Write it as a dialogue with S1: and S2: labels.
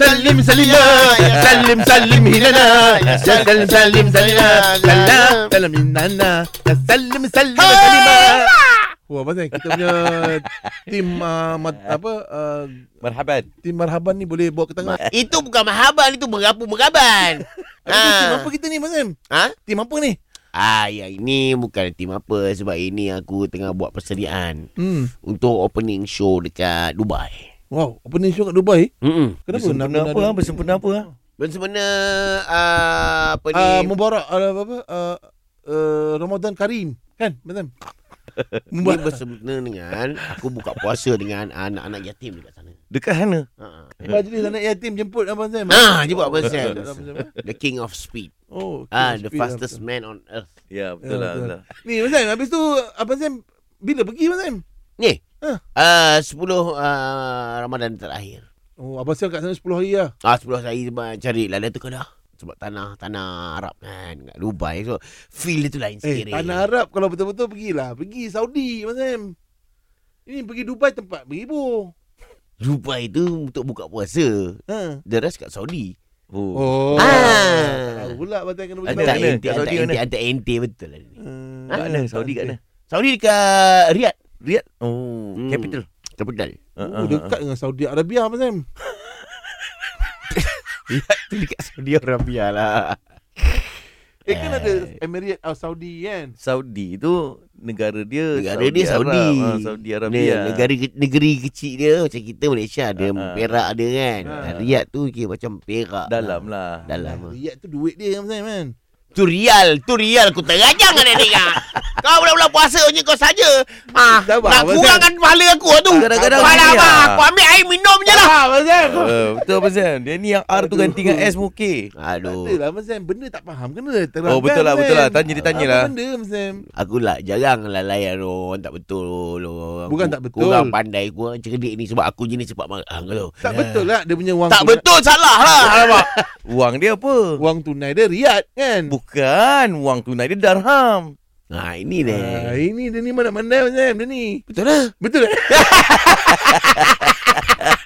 S1: سلم سلينا يا سلم سلم هنا يا سلم سلم سلينا سلم سلم هنا يا سلم سلم سلينا Wah pasal kita punya tim uh, mat,
S2: Ah.
S1: apa uh,
S3: Marhaban.
S1: tim marhaban ni boleh bawa ke tengah.
S2: Itu bukan mahaban, itu merapu-meraban.
S1: Aduh, Tim
S2: ha.
S1: apa kita ni Mazim?
S2: ha?
S1: Tim apa ni?
S2: Ah, yang ini bukan tim apa sebab ini aku tengah buat persediaan
S1: Hmm.
S2: untuk opening show dekat Dubai.
S1: Wow, opening show kat Dubai.
S2: Hmm.
S1: Kenapa?
S3: Bersempena
S1: nak- nak-
S3: apa? ah? Bersempena apa? ah?
S2: Bersempena uh, apa ni?
S1: Ah, Mubarak ah, apa apa ah, uh, Ramadan Karim kan Mazim?
S2: Ini bersempena dengan aku buka puasa dengan anak-anak yatim dekat sana.
S3: Dekat sana.
S2: Ha.
S1: Majlis anak yatim jemput Abang Sam.
S2: Ah, dia buat apa Sam?
S1: Abang Sam, eh?
S2: The king of speed.
S1: Oh, okay,
S2: Ah, the
S1: speed
S2: fastest
S1: up.
S2: man on earth.
S3: Ya,
S1: Ya,
S3: betul lah.
S1: betul.
S3: betul lah.
S1: Ni Abang Sam, habis tu Abang Sam bila pergi Abang Sam?
S2: Ni.
S3: Ha.
S1: Ah.
S2: Ah, 10 ah, Ramadan terakhir.
S1: Oh, Abang Sam kat sana 10 hari lah.
S2: Ah, 10 hari sebab cari lah tu kena. Sebab tanah tanah Arab kan kat Dubai so feel dia tu lain
S1: Eh,
S2: sikit.
S1: tanah Arab kalau betul-betul pergilah. Pergi Saudi Abang Sam. Ini pergi Dubai tempat beribu.
S2: Dubai tu untuk buka puasa.
S1: Ha.
S2: The rest kat Saudi.
S1: Oh.
S3: Oh.
S2: Ah.
S1: Tahu pula Abang Sam kena pergi
S3: Ada,
S2: Antar
S1: Saudi.
S3: mana?
S2: ente,
S3: Kat
S2: antar
S3: Saudi
S2: ente,
S3: mana? Hmm,
S2: antar ente betul lah ni.
S1: Ah,
S3: Kat mana? Saudi kat mana?
S2: Saudi dekat Riyadh.
S3: Riyadh. Oh,
S2: Hmm.
S3: capital.
S2: Capital.
S3: Ha, ha,
S1: Oh, dekat dengan Saudi Arabia Abang Sam.
S2: Riyadh tu dekat Saudi Arabia lah.
S1: Eh kan ada Emirate Al Saudi kan.
S3: ha. Saudi tu negara dia
S2: Negara dia Saudi.
S3: Arab. Ha, Saudi Arabia.
S2: Ne- negara ke- negeri kecil dia macam kita Malaysia ada
S3: Ah, ah.
S2: Perak ada kan.
S1: Ah.
S2: Uh, Riyadh tu kira macam Perak.
S3: dalam
S2: lah.
S3: lah.
S2: Dalam. lah.
S1: Riyadh tu duit dia Abang Sam kan.
S2: Tu rial, tu rial aku terajang ada ni kan. Kau bulan-bulan puasa punya kau saja. Ah,
S1: Sabar,
S2: nak
S1: Abang
S2: kurangkan pahala aku lah tu.
S3: Kadang-kadang
S2: Kepala
S3: gini
S2: abang,
S3: lah.
S2: aku ambil air minum je lah.
S1: Ah, Abang Sam.
S3: Uh, betul apa Sam? Dia ni yang R tu
S1: Aduh.
S3: ganti dengan S pun okey.
S2: Aduh.
S1: Tak lah Abang Sam Benda tak faham Kena terangkan
S3: Oh betul lah
S1: Abang
S3: betul
S1: Sam.
S3: lah. Tanya dia tanya
S1: Apa
S3: lah.
S1: benda Abang Sam
S2: Aku lah jarang lah layan orang tak betul orang.
S1: Bukan
S2: ku-
S1: tak betul.
S2: Kurang pandai, kurang cerdik ni sebab aku jenis cepat marah ah, kau tahu.
S1: Tak betul lah Dia punya wang
S2: Tak
S1: tunai,
S2: betul salah lah alamak.
S3: Wang dia apa?
S1: Wang tunai dia riad kan
S3: Bukan wang tunai dia darham.
S2: Ha ini ni.
S1: Ah, ini dia ni mana-mana Abang Sam Dia ni
S2: Betul lah.
S1: Betul lah